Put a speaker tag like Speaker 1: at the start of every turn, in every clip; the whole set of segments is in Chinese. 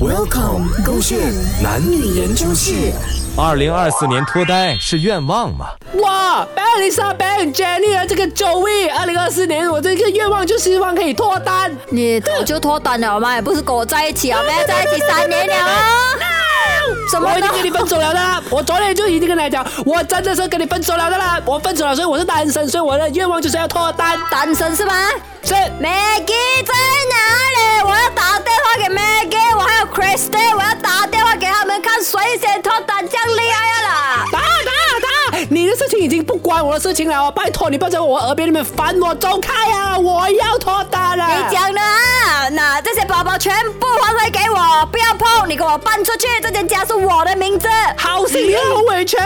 Speaker 1: Welcome，勾线男女研究室。
Speaker 2: 二零二四年脱单是愿望吗？
Speaker 3: 哇 b e l i s a Ben、Jenny 啊，这个 Joey，二零二四年我这个愿望就希望可以脱单。
Speaker 4: 你早就脱单了嘛，也不是跟我在一起啊，没有在一起三年了啊。什么
Speaker 3: 我已
Speaker 4: 都
Speaker 3: 经跟你分手了的啦，我昨天就已经跟你讲，我真的是跟你分手了的啦，我分手了，所以我是单身，所以我的愿望就是要脱单。
Speaker 4: 单身是吗
Speaker 3: 是，
Speaker 4: ？Maggie 在哪里？我要打电话给 Maggie，我还有 Christy，我要打电话给他们看谁先脱单，这样厉害了啦。
Speaker 3: 打打打！你的事情已经不关我的事情了哦，拜托你不要在我耳边里面烦我，走开啊！我要脱单了。
Speaker 4: 你讲的啊，那这些宝宝全部还回给我，不要碰，你给我搬出去，这间家是我的名字。
Speaker 3: 好心你好委屈，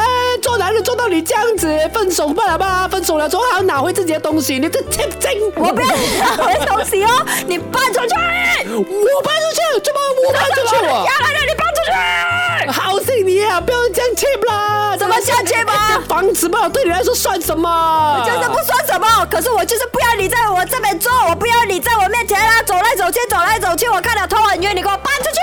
Speaker 3: 做男人做到你这样子，分手吧好不好？分手了之后还要拿回自己的东西，你这欠精！
Speaker 4: 我不要我的东西哦，你搬出去！
Speaker 3: 我搬出去，怎么我搬出去
Speaker 4: 呀
Speaker 3: 我？
Speaker 4: 来了，你搬出去！
Speaker 3: 好心你啊，不要这样欠啦！
Speaker 4: 怎么这样欠嘛
Speaker 3: 这房子嘛，对你来说算什么？
Speaker 4: 真的不算什么，可是我就是不要你在我这边坐，我不要你在我面前啊，走来走去，走来走去，我看了头很晕，你给我搬出去！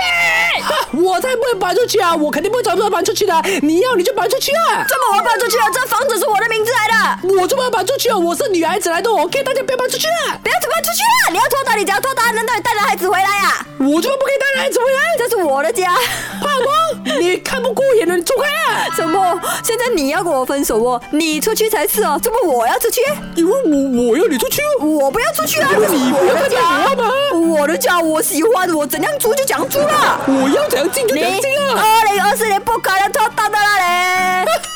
Speaker 3: 啊我才不会搬出去啊！我肯定不会找不到搬出去的。你要你就搬出去啊！
Speaker 4: 这么我要搬出去了，这房子是我的名字来的，
Speaker 3: 我就不要搬出去啊！我是女孩子来的，OK，大家不要搬出去啊！
Speaker 4: 不要怎么出去了？你要脱单，你只要脱单，难道你带着孩子回来呀、啊？
Speaker 3: 我就不可以带孩子回来，
Speaker 4: 这是我的家，
Speaker 3: 怕吗？你看不过眼了，你走开 啊！
Speaker 4: 怎么现在你要跟我分手哦？你出去才是哦，怎么我要出去？
Speaker 3: 因为我我要你出去哦。
Speaker 4: 我不要出去啊！
Speaker 3: 为
Speaker 4: 这是
Speaker 3: 你
Speaker 4: 我的
Speaker 3: 不要
Speaker 4: 家
Speaker 3: 嘛，
Speaker 4: 我的家，我喜欢，我怎样住就怎样住啦。
Speaker 3: 我要怎样进就怎样进啊！
Speaker 4: 二零二四年不可能脱单的啦嘞！